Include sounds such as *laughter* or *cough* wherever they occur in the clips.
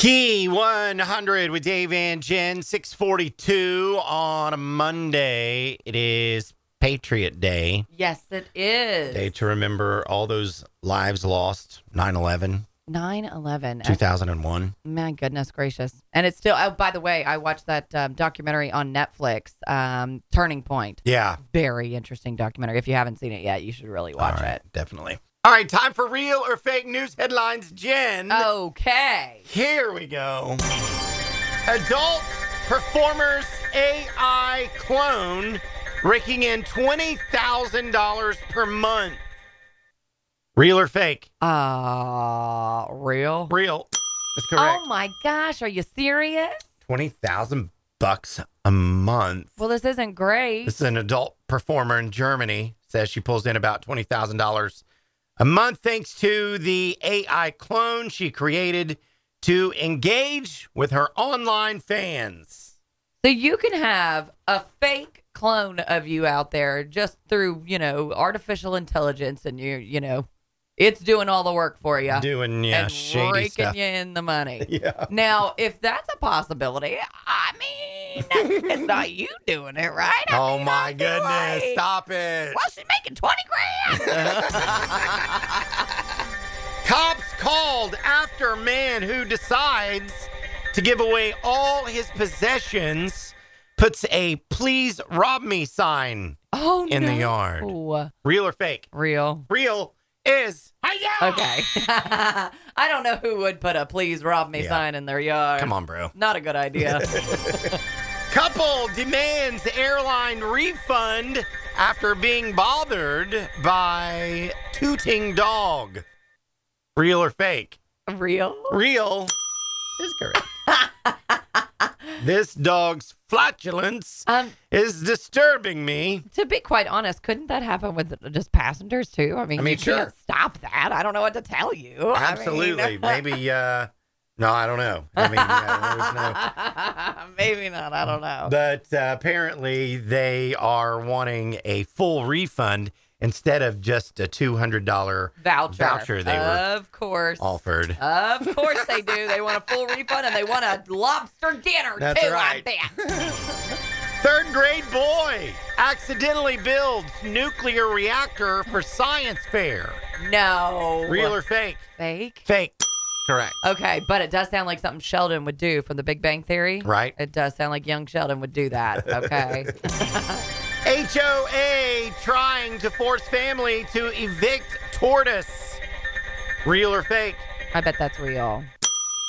Key 100 with Dave and Jen, 642 on a Monday. It is Patriot Day. Yes, it Day is. to remember all those lives lost 9 11, 9 11. 2001. My goodness gracious. And it's still, oh, by the way, I watched that um, documentary on Netflix, um, Turning Point. Yeah. Very interesting documentary. If you haven't seen it yet, you should really watch All right, it. Definitely. All right, time for real or fake news headlines, Jen. Oh. Okay. Here we go. Adult performers AI clone raking in $20,000 per month. Real or fake? Uh, real? Real. That's correct. Oh my gosh, are you serious? 20,000 bucks a month. Well, this isn't great. This is an adult performer in Germany says she pulls in about $20,000 a month thanks to the AI clone she created to engage with her online fans. So you can have a fake clone of you out there just through, you know, artificial intelligence and you, you know, it's doing all the work for you. Doing yeah, and shady raking stuff. you in the money. *laughs* Yeah. Now, if that's a possibility, I mean, *laughs* it's not you doing it, right? I Oh mean, my I feel goodness. like, Stop it. Well, she's making twenty grand. *laughs* Cops called after man who decides to give away all his possessions puts a please rob me sign oh in no. the yard. Real or fake? Real. Real is. Okay. *laughs* I don't know who would put a "Please rob me" Yeah. sign in their yard. Come on, bro. Not a *laughs* good idea. Couple demands airline refund after being bothered by tooting dog. Real or fake? Real. Real is correct. *laughs* this dog's flatulence Um, is disturbing me. to be quite honest, couldn't that happen with just passengers too? I mean, I mean, you sure. can't stop that. I don't know what to tell you. I mean- *laughs* Absolutely. Maybe, uh, no, I don't know. I mean, uh, there's no. *laughs* Maybe not. I don't know. But uh, apparently, they are wanting a full refund instead of just a two hundred dollar voucher. voucher they were of course. offered. Of course they do. They want a full refund and they want a lobster dinner That's too. right. I *laughs* bet. Third grade boy accidentally builds nuclear reactor for science fair. No. Real or fake? fake? Fake. Correct. Okay, but it does sound like something Sheldon would do from The Big Bang Theory. Right. It does sound like young Sheldon would do that. Okay. *laughs* HOA trying to force family to evict tortoise. Real or fake? I bet that's real.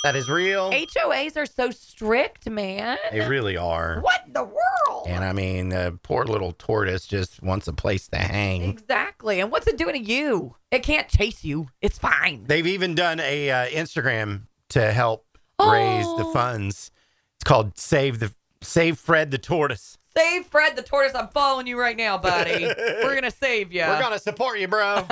That is real. HOAs are so strict, man. They really are. What in the world? And I mean, the poor little tortoise just wants a place to hang. Exactly. And what's it doing to you? It can't chase you. It's fine. They've even done a uh, Instagram to help raise the Oh. funds. It's called Save the Save Fred the Tortoise. Save Fred the tortoise. *laughs* I'm following you right now, buddy. We're gonna save you. We're gonna support you, bro.